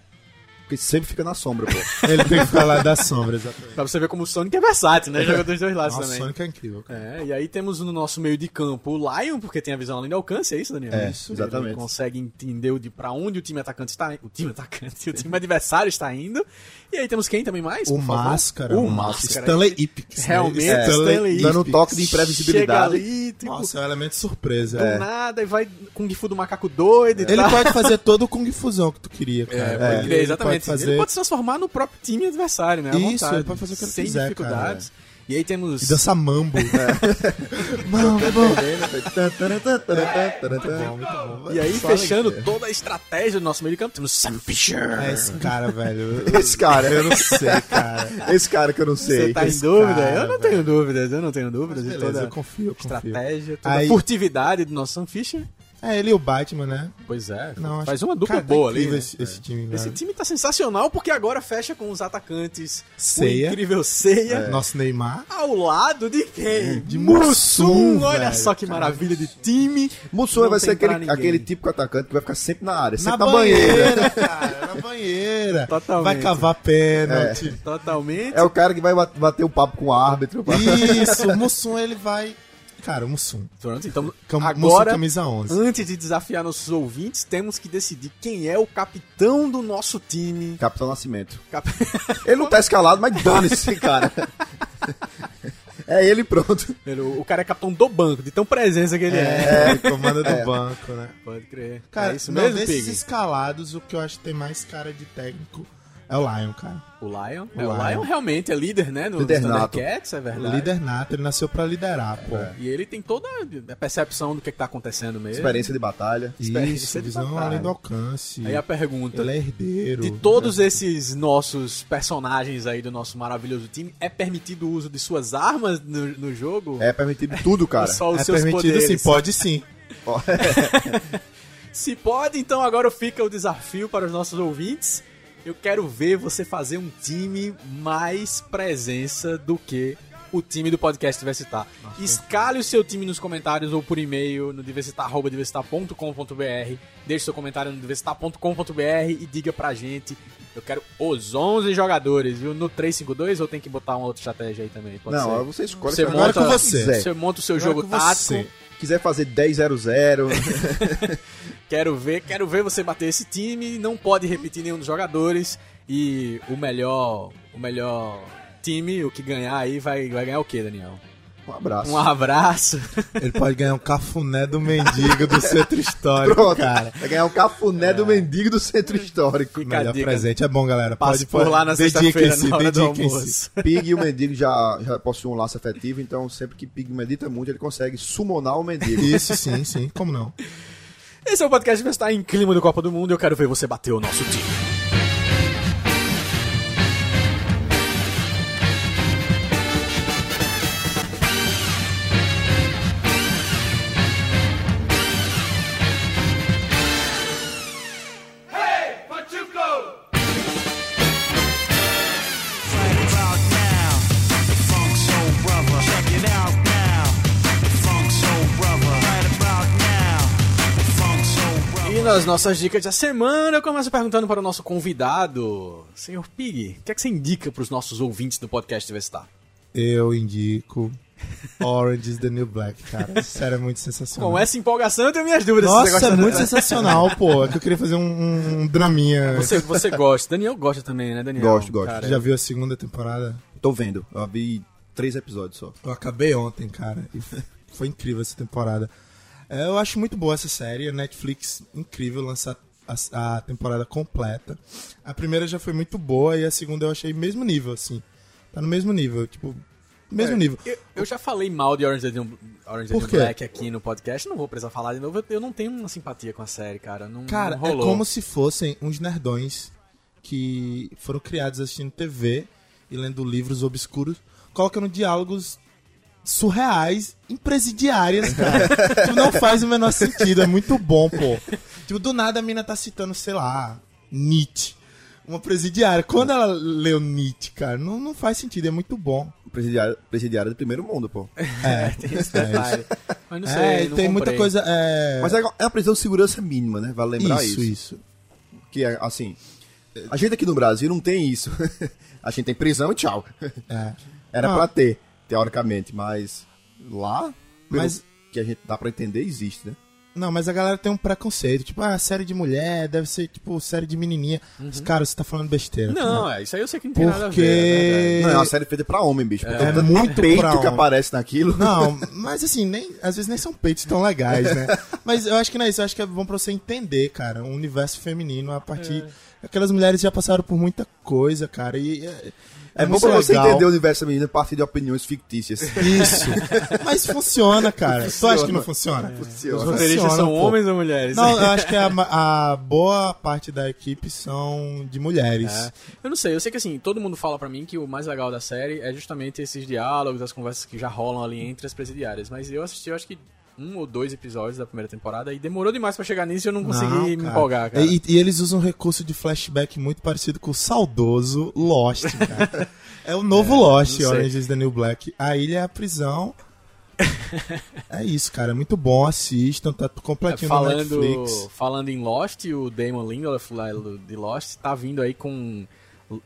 C: Porque sempre fica na
D: *laughs*
C: sombra, pô.
D: Ele tem que ficar lá da sombra, exatamente.
B: Pra você ver como o Sonic é versátil, né? Joga dos dois lados
D: Nossa, o
B: também.
D: Sonic é incrível, cara.
B: É, e aí temos no nosso meio de campo o Lion, porque tem a visão além do alcance, é isso, Daniel?
C: É,
B: isso.
C: exatamente.
B: Ele consegue entender o de pra onde o time atacante está O time atacante, o time adversário está indo. E aí temos quem também mais?
D: O
B: por favor?
D: Máscara.
B: O
D: mano.
B: Máscara.
D: Stanley Ipkiss. né?
B: Realmente,
D: É.
B: Stanley
C: Dando um
D: Ipkiss.
C: toque de imprevisibilidade.
B: Chega ali, tipo,
D: Nossa, é um elemento surpresa.
B: do
D: É.
B: nada, e vai Kung Fu do macaco doido e
D: Ele
B: tal.
D: pode fazer todo o Kung Fusão que tu queria, cara.
B: É,
D: Ele-
B: pode crer, exatamente.
D: Ele pode fazer...
B: Ele pode se transformar no próprio time adversário, né? À
D: Isso,
B: vontade,
D: ele pode fazer o que ele
B: Sem
D: quiser, cara,
B: dificuldades. E aí temos...
D: E dançar mambo.
B: É.
D: *laughs* mambo.
B: né? E aí,
D: Só
B: fechando toda a estratégia do nosso meio de campo, temos Sam Fisher.
D: É esse cara, velho.
B: *laughs*
C: Esse cara,
D: Eu não sei, cara.
C: esse cara que eu não
B: Você
C: sei.
B: tá em
D: esse
B: dúvida?
D: cara,
B: eu não
D: velho.
B: tenho dúvidas, eu não tenho dúvidas. de
D: Beleza,
B: toda
D: eu confio, eu confio.
B: estratégia, toda
D: Aí-
B: a furtividade do nosso Sam Fisher.
D: É, ele e o Batman, né?
B: Pois é.
D: Não, acho-
B: faz uma dupla
D: Cara, tá
B: boa ali.
D: incrível
B: né?
D: Esse, esse time,
B: Esse
D: velho.
B: time tá sensacional porque agora fecha com os atacantes
D: Ceia. É.
B: o incrível Ceia
D: Nosso Neymar.
B: ao lado de quem?
D: De Mussum,
B: Olha
D: velho.
B: só que maravilha de time.
C: Mussum
B: Não
C: vai
B: tem
C: ser
B: pra
C: aquele,
B: ninguém.
C: aquele típico atacante que vai ficar sempre na área,
D: Na
C: sempre na,
D: banheira,
C: banheira.
D: cara. Na banheira.
B: tá Totalmente. É.
D: Vai cavar tipo. pênalti.
B: Totalmente.
C: É o cara que vai bat- bater o papo com o árbitro.
D: Isso, o Mussum ele vai. Cara, o Mussum.
B: Pronto, então
D: Cam- Mussum
B: agora,
D: camisa 11.
B: antes de desafiar nossos ouvintes, temos que decidir quem é o capitão do nosso time.
C: Capitão Nascimento.
B: Cap- *laughs*
C: Ele não tá escalado, mas dane-se, cara. É ele e pronto.
B: o o cara é capitão do banco, de tão presença que ele é.
D: É, comanda do banco, né?
B: Pode crer.
D: Cara,
B: é isso
D: não,
B: mesmo,
D: desses
B: Pig?
D: escalados, o que eu acho que tem mais cara de técnico é o Lion, cara.
B: O Lion.
D: O
B: é, o
D: Lion.
B: Lion realmente é líder, né? No
C: Líder
B: nos
C: nato.
B: Thundercats, é
D: O
B: verdade. É.
D: líder nato, ele nasceu pra liderar, pô.
B: E ele tem toda a percepção do que, que tá acontecendo mesmo.
C: Experiência de batalha.
D: Isso,
B: Experiência de
D: visão
B: batalha.
D: além do alcance.
B: Aí a pergunta.
D: Ele é herdeiro.
B: De todos esses nossos personagens aí do nosso maravilhoso time, é permitido o uso de suas armas no, no jogo?
C: É permitido tudo,
B: Ou
C: cara.
B: só os
D: é
B: seus
D: permitido
B: poderes?
D: sim, pode sim.
C: Ó, é.
B: Se pode, então agora fica o desafio para os nossos ouvintes. Eu quero ver você fazer um time mais presença do que o time do podcast Diversitar. Escale o seu time nos comentários ou por e-mail no diversitar.com.br. Deixe seu comentário no diversitar.com.br e diga pra gente. Eu quero os 11 jogadores, viu? No 352 ou tem que botar uma outra estratégia aí também? Pode
C: Não,
B: ser?
C: você escolhe.
B: Você
C: cara.
B: monta-
D: Agora com você.
C: quiser.
B: Você monta o seu
D: Agora é
B: jogo
D: com você.
B: tático.
C: quiser fazer 10-0-0,
B: Quero ver, quero ver você bater esse time. Não pode repetir nenhum dos jogadores. E o melhor, o melhor time, o que ganhar aí, vai, vai ganhar o quê, Daniel?
C: um abraço.
B: Um
D: *laughs*
B: abraço.
D: Ele pode ganhar um cafuné do
B: *laughs*
D: mendigo do centro histórico,
C: Pronto,
D: cara.
C: Vai ganhar o cafuné do mendigo do centro histórico.
B: É. Fica a
D: Melhor
B: dica.
D: presente. É bom, galera.
B: Passe
D: Pode, pode.
B: por lá na sexta-feira
D: Dediquem-se,
B: na hora do
D: dediquem-se.
B: almoço.
C: Pig e o mendigo já, já possuem um laço afetivo, então sempre que Pig medita muito, ele consegue summonar o mendigo.
D: Isso, sim, sim. Como não?
B: Esse é o podcast que está em clima do Copa do Mundo. Eu quero ver você bater o nosso time. E nas nossas dicas da semana, eu começo perguntando para o nosso convidado, senhor Pig, o que é que você indica para os nossos ouvintes do podcast Vestar?
D: Eu indico Orange is the New Black, cara. Sério, é muito sensacional.
B: Com essa empolgação, eu tenho minhas dúvidas. se
D: Nossa,
B: você
D: é
B: gosta
D: muito
B: da-
D: sensacional, pô. É que eu queria fazer um, um draminha.
B: Você, você gosta. Daniel gosta também, né, Daniel?
C: Gosto, gosto.
B: Cara,
D: Já viu a segunda temporada?
C: Tô vendo. Eu vi três episódios só.
D: Eu acabei ontem, cara. E f- foi incrível essa temporada. É, Eu acho muito boa essa série. A Netflix, incrível, lançar a, a temporada completa. A primeira já foi muito boa e a segunda eu achei mesmo nível, assim. Tá no mesmo nível, tipo, mesmo nível.
B: Eu, eu já falei mal de Orange is the New, Orange is the
D: Por
B: New
D: quê?
B: Black aqui no podcast, não vou precisar falar de novo. Eu, eu não tenho uma simpatia com a série, cara. Não,
D: Cara,
B: não
D: é
B: rolou.
D: como se fossem uns nerdões que foram criados assistindo TV e lendo livros obscuros, colocando diálogos surreais em presidiárias,
B: *laughs*
D: cara. tipo, não faz o menor sentido, é muito bom, pô. Tipo, do nada a mina tá citando, sei lá, Nietzsche. Uma presidiária. Quando ela leu Nietzsche, cara, não, não faz sentido, é muito bom.
B: *laughs*
C: O presidiário, presidiário do primeiro mundo, pô.
D: É,
B: Tem esse detalhe. Mas não sei,
D: É,
B: não
D: tem
B: comprei.
D: muita coisa. É...
C: Mas é é uma prisão de segurança mínima, né? Vale lembrar
D: isso, isso.
C: Que é assim. A gente aqui no Brasil não tem isso. *laughs* A gente tem prisão e tchau.
D: É.
C: Era
D: Ah.
C: pra ter, teoricamente, mas lá, pelo
D: Mas-
C: que a gente dá pra entender, existe, né?
D: Não, mas a galera tem um preconceito. Tipo, ah, série de mulher deve ser, tipo, série de menininha. Os caras, você tá falando besteira.
B: Uhum. Não, é, isso aí eu sei que não tem nada a ver.
D: Porque...
C: Não, é uma série feita pra homem, bicho. É,
D: é muito
C: peito
D: pra
C: que
D: homem.
C: aparece naquilo.
D: Não, mas assim, nem, às vezes nem são peitos tão legais,
B: *laughs*
D: né? Mas eu acho que não é isso. Eu acho que é bom pra você entender, cara, o universo feminino a partir...
B: É.
D: Aquelas mulheres já passaram por muita coisa, cara, e... É,
C: É bom
D: muito
C: pra você
D: legal.
C: entender o universo feminino a partir de opiniões fictícias.
D: Isso. Mas funciona, cara. Tu acha que não funciona?
B: É. Os
C: Funciona.
B: roteiristas são
D: pô.
B: homens ou mulheres?
D: Não, eu acho que a, ma- a boa parte da equipe são de mulheres.
B: É. Eu não sei, eu sei que assim, todo mundo fala pra mim que o mais legal da série é justamente esses diálogos, as conversas que já rolam ali entre as presidiárias, mas eu assisti, eu acho que um ou dois episódios da primeira temporada e demorou demais pra chegar nisso e eu não consegui
D: Não,
B: me
D: cara.
B: empolgar, cara.
D: E, e eles usam um recurso de flashback muito parecido com o saudoso Lost,
B: *laughs*
D: cara. é o novo Lost,
B: não sei.
D: Orange is the New Black. A ilha é
B: *laughs*
D: a prisão. é isso, cara. É muito bom. Assistam, tá completinho no
B: falando,
D: Netflix.
B: falando em Lost, o Damon Lindelof lá do- de Lost tá vindo aí com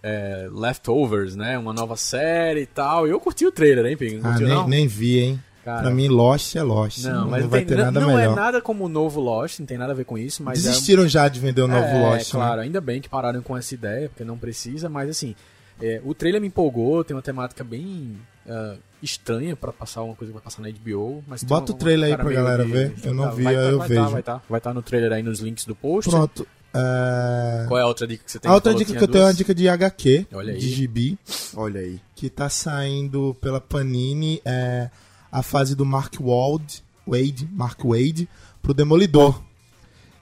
B: é, Leftovers, né? Uma nova série e tal. Eu curti o trailer, hein, Pingo? Não
D: Ah,
B: curtiu,
D: nem,
B: não?
D: nem vi, hein.
B: Cara.
D: pra mim, Lost é Lost. Não,
B: Não, mas
D: vai
B: tem-
D: ter nada
B: não
D: melhor.
B: é nada como o novo Lost, não tem nada a ver com isso, mas é
D: Desistiram já de vender o novo
B: é,
D: Lost,
B: claro,
D: né?
B: ainda bem que pararam com essa ideia, porque não precisa, mas assim, é, o trailer me empolgou, tem uma temática bem ah, estranha pra passar uma coisa que vai passar na HBO, mas tem
D: Bota
B: uma-
D: o trailer aí
B: cara
D: pra
B: meio
D: galera
B: de-
D: ver, eu não vi,
B: vai,
D: aí eu
B: vai
D: vejo.
B: Tá, vai estar tá, vai tá no trailer aí nos links do post.
D: Pronto. é,
B: Qual é a outra dica que você tem?
D: A outra
B: Falou
D: dica que
B: tinha
D: eu tenho é uma
B: duas.
D: dica de HQ,
B: Olha aí.
D: de gibi.
C: *laughs* Olha aí.
D: que tá saindo pela Panini é a fase do Mark Wald, Wade, Mark Wade, pro Demolidor.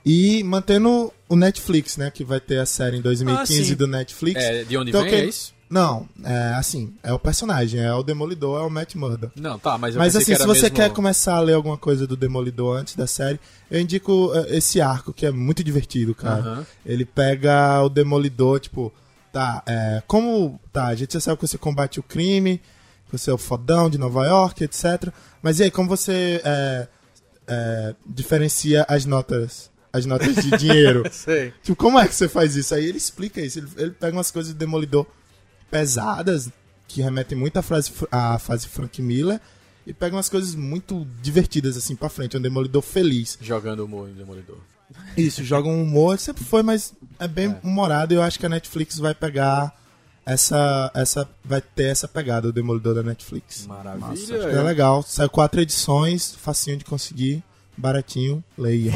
D: E mantendo o Netflix, né? Que vai ter a série em 2015
B: Ah, sim.
D: do Netflix.
B: É, de onde
D: Então,
B: vem,
D: quem-
B: é isso?
D: Não, é assim, é o personagem, é o Demolidor, é o Matt Murdock.
B: Não, tá, mas eu
D: Mas
B: pensei
D: assim,
B: que era
D: se você
B: mesmo-
D: quer começar a ler alguma coisa do Demolidor antes da série, eu indico eh, esse arco, que é muito divertido, cara.
B: Aham.
D: Ele pega o Demolidor, tipo, tá, é, como. Tá, a gente já sabe que você combate o crime, que você é o fodão de Nova York, etc. Mas e aí, como você é, é, diferencia as notas? As notas
B: *laughs*
D: de dinheiro.
B: Sei.
D: Tipo, como é que você faz isso? Aí ele explica isso. Ele, ele pega umas coisas do Demolidor pesadas, que remetem muito à, frase, à fase Frank Miller, e pega umas coisas muito divertidas, assim, pra frente. É um Demolidor feliz.
B: Jogando o humor no Demolidor.
D: Isso, joga um humor, sempre foi, mas é bem humorado e eu acho que a Netflix vai pegar essa. essa vai ter essa pegada, o Demolidor da Netflix.
B: Maravilha.
D: Nossa, acho que é legal. Saiu quatro edições, facinho de conseguir, baratinho, leia.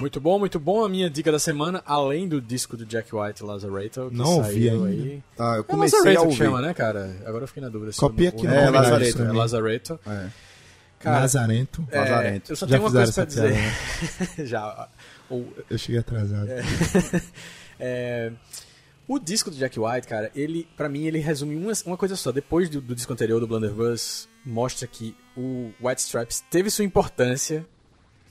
B: Muito bom, muito bom. A minha dica da semana, além do disco do Jack White, Lazarator, que
D: Não ouvi
B: saiu
D: ainda.
B: aí.
C: Tá, eu
B: É
C: comecei a
B: Lazarator que
C: ouvir.
B: chama, né, cara? Agora eu fiquei na dúvida. se
D: Copia
B: eu-
D: aqui
B: o
D: no
B: nome
C: É,
B: disso
C: Lazarator,
B: É
D: né?
B: Lazarator.
C: É.
B: Cara,
D: Nazarento.
B: é,
C: Lazarento.
B: eu só
D: Já
B: tenho uma coisa pra
D: fizeram essa né?
B: dizer. *laughs* Já. O,
D: Eu cheguei atrasado.
B: *laughs* é, o disco do Jack White, cara, ele, pra mim, ele resume uma, uma coisa só. Depois do, do disco anterior, do Blunderbuss, mostra que o White Stripes teve sua importância.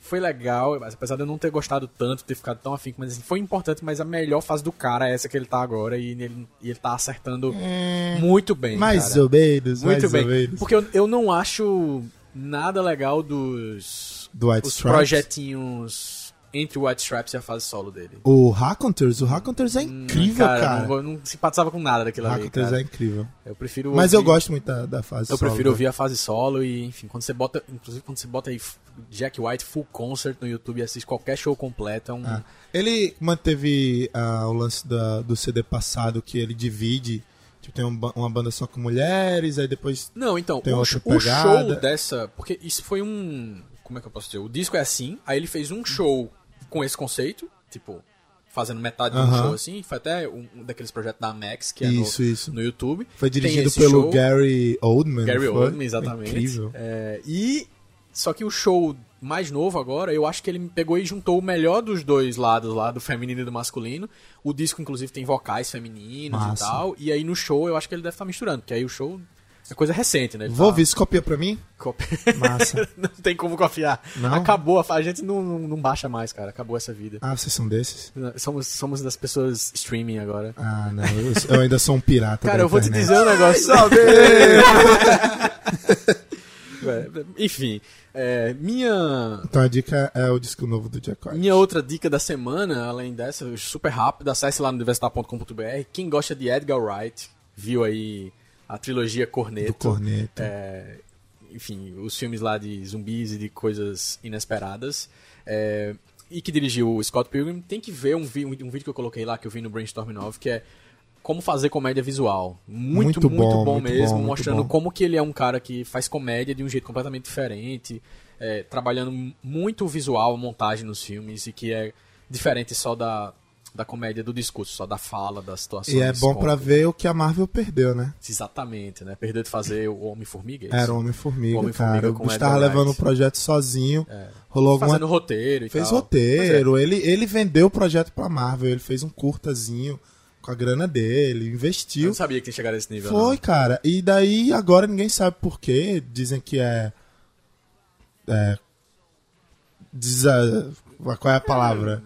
B: Foi legal, mas apesar de eu não ter gostado tanto, ter ficado tão afim, mas assim, foi importante, mas a melhor fase do cara é essa que ele tá agora e ele, e ele tá acertando muito bem.
D: É. Mais
B: cara.
D: ou menos,
B: Muito
D: mais
B: bem.
D: ou menos.
B: Porque eu, eu não acho nada legal dos
D: Do White
B: os
D: Stripes?
B: projetinhos entre o White Stripes e a fase solo dele.
D: O Raconteurs, o Raconteurs é incrível,
B: Hum, cara,
D: cara.
B: Não, go- não simpatizava com nada daquilo
D: O
B: ali,
D: Raconteurs
B: cara.
D: é incrível.
B: Eu prefiro
D: Mas eu
B: ouvir-
D: gosto muito da, da fase
B: Eu
D: solo,
B: prefiro
D: né?
B: ouvir a fase solo e, enfim, quando você bota, inclusive quando você bota aí f- Jack White Full Concert no YouTube e assiste qualquer show completo, é um...
D: Ah, Ele manteve ah, o lance da- do CD passado que ele divide. Tipo, tem um ba- uma banda só com mulheres, aí depois.
B: Não, então,
D: Tem
B: o,
D: outra
B: sh- o
D: pegada.
B: show dessa. Porque isso foi um. Como é que eu posso dizer? O disco é assim, aí ele fez um show com esse conceito, tipo, fazendo metade de um
D: Aham.
B: show assim. Foi até um, um daqueles projetos da Max, que é
D: Isso,
B: no,
D: isso.
B: no YouTube.
D: Foi
B: Tem
D: dirigido
B: esse
D: pelo
B: show,
D: Gary Oldman.
B: Gary
D: não foi?
B: Oldman, exatamente.
D: Incrível.
B: É, e. Só que o show mais novo agora, eu acho que ele pegou e juntou o melhor dos dois lados lá, do feminino e do masculino. O disco, inclusive, tem vocais femininos
D: Massa.
B: e tal. E aí no show eu acho que ele deve estar misturando, porque aí o show. É coisa recente, né? Ele
D: Vou
B: tá-
D: ouvir, isso copia
B: *laughs*
D: pra mim?
B: Copi-
D: Massa.
B: não tem como copiar.
D: Não?
B: Acabou, a fa- a gente não, não, não baixa mais, cara. Acabou essa vida.
D: Ah, vocês são desses?
B: Somos, somos das pessoas streaming agora.
D: Ah, não. Eu, eu ainda sou um pirata.
B: Cara,
D: da
B: eu vou te
D: internet.
B: dizer um negócio.
C: Sabe?
B: *laughs* Enfim, é, minha,
D: Então a dica é o disco novo do Jack White.
B: minha outra dica da semana, além dessa, super rápida, acesse lá no universitar.com.br. Quem gosta de Edgar Wright, viu aí a trilogia Corneto.
D: Do Corneto.
B: é, enfim, os filmes lá de zumbis e de coisas inesperadas. é, e que dirigiu o Scott Pilgrim, tem que ver um, vi- um vídeo que eu coloquei lá, que eu vi no Brainstorm 9, que é como fazer comédia visual. Muito, muito,
D: Muito bom,
B: bom
D: muito
B: mesmo,
D: bom, muito
B: mostrando
D: bom.
B: como que ele é um cara que faz comédia de um jeito completamente diferente, é, trabalhando muito o visual, a montagem nos filmes, e que é diferente só da, da comédia do discurso, só da fala, das situações.
D: E é bom pra
B: cômicas.
D: ver o que a Marvel perdeu, né?
B: Exatamente, né? Perdeu de fazer o Homem-Formiga. é isso?
D: Era o Homem-Formiga,
B: Homem-Formiga
D: cara. O
B: com
D: bicho
B: Edgar
D: tava
B: Wright.
D: levando o projeto sozinho. Rolou alguma...
B: fazendo roteiro e
D: Fez
B: tal. é,
D: roteiro. Ele, ele vendeu o projeto pra Marvel. Ele fez um curtazinho com a grana dele.
B: Eu
D: Investiu.
B: não sabia que tinha chegado a né? esse nível.
D: Foi, cara. E daí agora ninguém sabe por quê. Dizem que é. é desa- qual é a palavra?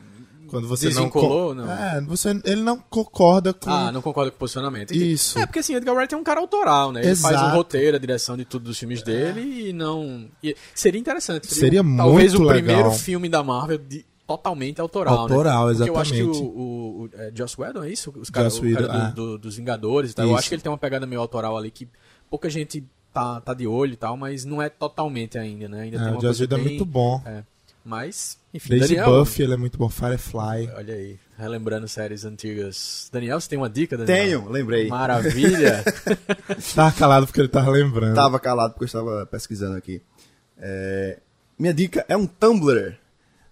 D: Quando você
B: Desencolou,
D: não, co-
B: não.
D: É, você ele não concorda com
B: Ah, não concordo com o posicionamento. Entendi.
D: Isso.
B: É, porque assim, Edgar Wright é um cara autoral, né? Ele faz
D: Exato.
B: o roteiro, a direção de tudo dos filmes dele e não. e seria interessante.
D: Seria
B: Talvez
D: muito
B: o primeiro
D: legal.
B: filme da Marvel de- totalmente autoral.
D: Autoral,
B: né? Porque eu acho que
D: exatamente.
B: o, o, o- é, Joss Whedon, é isso? Os caras
D: Joss
B: o cara
D: Whedon,
B: do-
D: é.
B: do- dos Vingadores e tal. Eu
D: Isso.
B: acho que ele tem uma pegada meio autoral ali que pouca gente tá, tá de olho e tal, mas não é totalmente ainda, né? Ainda tem
D: É,
B: uma
D: o Joss
B: coisa
D: Whedon é
B: bem-
D: muito bom.
B: É. Mas, enfim,
D: Desde
B: Daniel,
D: Buffy ele é muito bom, Firefly.
B: Olha aí, relembrando séries antigas. Daniel, você tem uma dica, Daniel?
C: Tenho, lembrei.
D: *laughs*
B: Maravilha!
D: Tava calado porque ele tava lembrando.
C: Tava calado porque eu estava pesquisando aqui. É, minha dica é um Tumblr.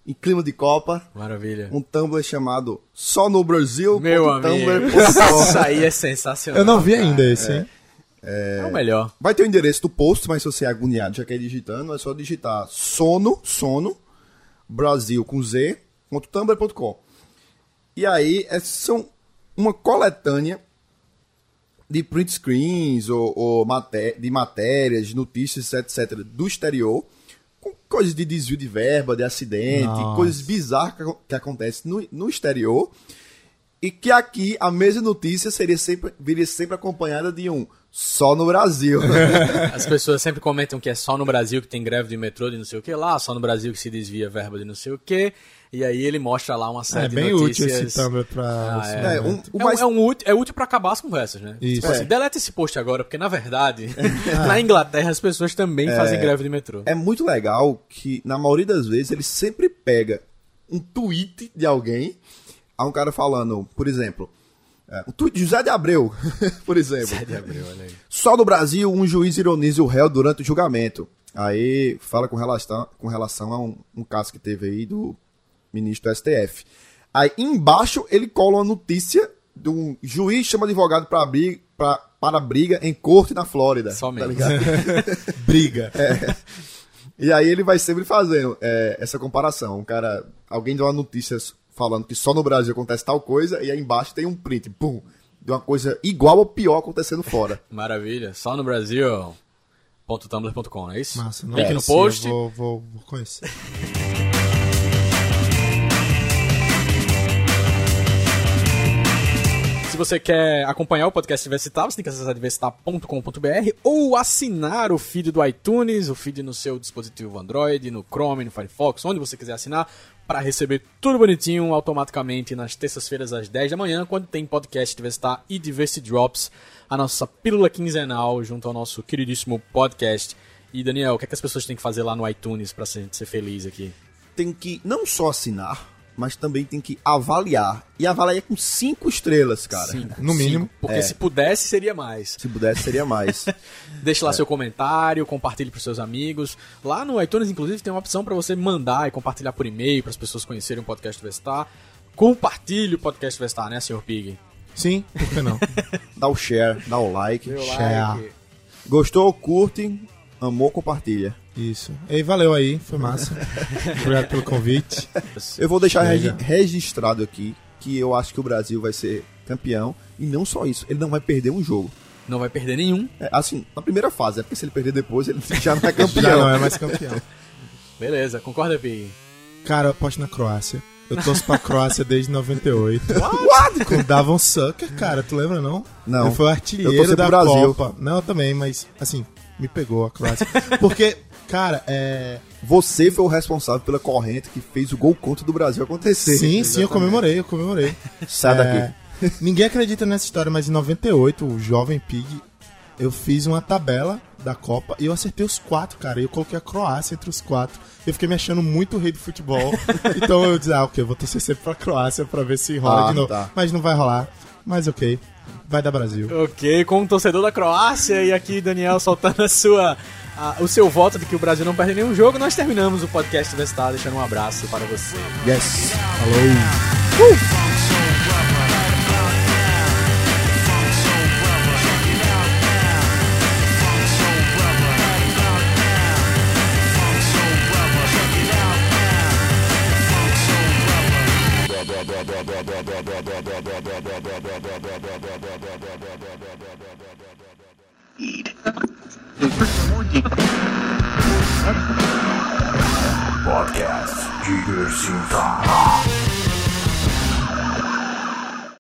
C: Em clima de Copa,
B: Maravilha.
C: um Tumblr chamado Só no Brasil.
B: Meu amigo, isso aí é sensacional.
D: Eu não vi ainda esse, hein?
B: É o melhor.
C: Vai ter o endereço do post, mas se você é agoniado já quer ir digitando, é só digitar sono, sono, Brasil com Z, ponto tumblr.com. E aí é, são uma coletânea de print screens ou, ou maté- de matérias, de notícias, etc, do exterior, com coisas de desvio de verba, de acidente,
D: Nossa.
C: coisas bizarras que, acon- que acontecem no, no exterior, e que aqui a mesma notícia seria sempre, viria sempre acompanhada de um só no Brasil.
B: As pessoas sempre comentam que é só no Brasil que tem greve de metrô de não sei o que lá, só no Brasil que se desvia verba de não sei o que. E aí ele mostra lá uma série
D: É
B: de
D: bem
B: notícias.
D: útil esse Tumblr pra. né?
B: Ah,
D: esse
B: é.
C: É,
D: momento.
C: um, o
B: É,
C: mais-
B: um, é, um útil, é útil pra acabar as conversas, né?
D: Isso.
B: Tipo assim,
C: É.
B: deleta esse post agora, porque na
D: *laughs*
B: verdade, na Inglaterra as pessoas também fazem greve de metrô.
C: é muito legal que, na maioria das vezes, ele sempre pega um tweet de alguém, há um cara falando, por exemplo, é, o tweet de José de Abreu, *laughs* por exemplo. Só no Brasil um juiz ironiza o réu durante o julgamento. Aí fala com relação, com relação a um, um caso que teve aí do ministro do STF. Aí embaixo ele cola uma notícia de um juiz chama advogado pra briga, pra, para briga em corte na Flórida.
B: Somente.
C: Tá
B: *laughs*
C: ligado?
D: Briga.
C: E aí ele vai sempre fazendo é, essa comparação. Um cara, alguém deu uma notícia falando que só no Brasil acontece tal coisa, e aí embaixo tem um print, pum, de uma coisa igual ou pior acontecendo fora.
B: Maravilha. Só no Brasil. ponto .tumblr.com, é isso?
D: Massa, não
B: Link no
D: conhecia,
B: post.
D: Vou, vou, vou conhecer.
B: Se você quer acompanhar o podcast Diversitar, você tem que acessar diversitar.com.br ou assinar o feed do iTunes, o feed no seu dispositivo Android, no Chrome, no Firefox, onde você quiser assinar, para receber tudo bonitinho automaticamente nas terças-feiras às 10 da manhã, quando tem podcast Diversitar e Diversity Drops, a nossa pílula quinzenal junto ao nosso queridíssimo podcast. E Daniel, o que, é que as pessoas têm que fazer lá no iTunes para ser, ser feliz aqui?
C: *laughs* tem que não só assinar, mas também tem que avaliar. E avaliar com cinco estrelas, cara.
D: No mínimo.
B: Porque se pudesse, seria mais.
C: Se pudesse, seria mais.
B: Deixe lá seu comentário, compartilhe para seus amigos. Lá no iTunes, inclusive, tem uma opção para você mandar e compartilhar por e-mail para as pessoas conhecerem o podcast Vestar. Compartilhe o podcast Vestar, né, senhor Pig?
D: Sim, por que não?
C: dá o share, dá o like.
D: Share.
C: Gostou, curte, amou, compartilha.
D: Isso. Ei, valeu aí, foi massa. Obrigado pelo convite.
C: Eu vou deixar
D: Chega.
C: regi- registrado aqui que eu acho que o Brasil vai ser campeão. E não só isso, ele não vai perder um jogo.
B: Não vai perder nenhum.
C: É, assim, na primeira fase, é porque se ele perder depois, ele *laughs* já não é campeão.
D: Já não é
C: *laughs*
D: mais campeão.
B: Beleza, concorda, Pig?
D: Cara, eu aposto na Croácia. Eu torço pra Croácia desde 98. What? Com Davon um Sucker, cara, tu lembra não?
C: Não.
D: Ele foi o artilheiro
C: Eu torci pro
D: da
C: Brasil.
D: Copa. Não, eu também, mas assim, me pegou a Croácia. Porque, cara, é.
C: Você foi o responsável pela corrente que fez o gol contra do Brasil acontecer.
D: Sim, sim, eu comemorei, eu comemorei.
C: Sai
D: É,
C: daqui.
D: *laughs* Ninguém acredita nessa história, mas em 98, o jovem Pig, eu fiz uma tabela da Copa e eu acertei os quatro, cara. E eu coloquei a Croácia entre os quatro. Eu fiquei me achando muito rei do
C: *laughs*
D: futebol. então eu disse, ah, ok, eu vou torcer sempre pra Croácia pra ver se rola
C: Ah,
D: de novo.
C: tá.
D: Mas não vai rolar. Mas ok, vai dar Brasil.
B: Ok, como torcedor da Croácia e aqui Daniel soltando a sua, a- o seu voto de que o Brasil não perde nenhum jogo, nós terminamos o podcast Vestar deixando um abraço para você.
C: Yes.
A: Podcast diga sim tá.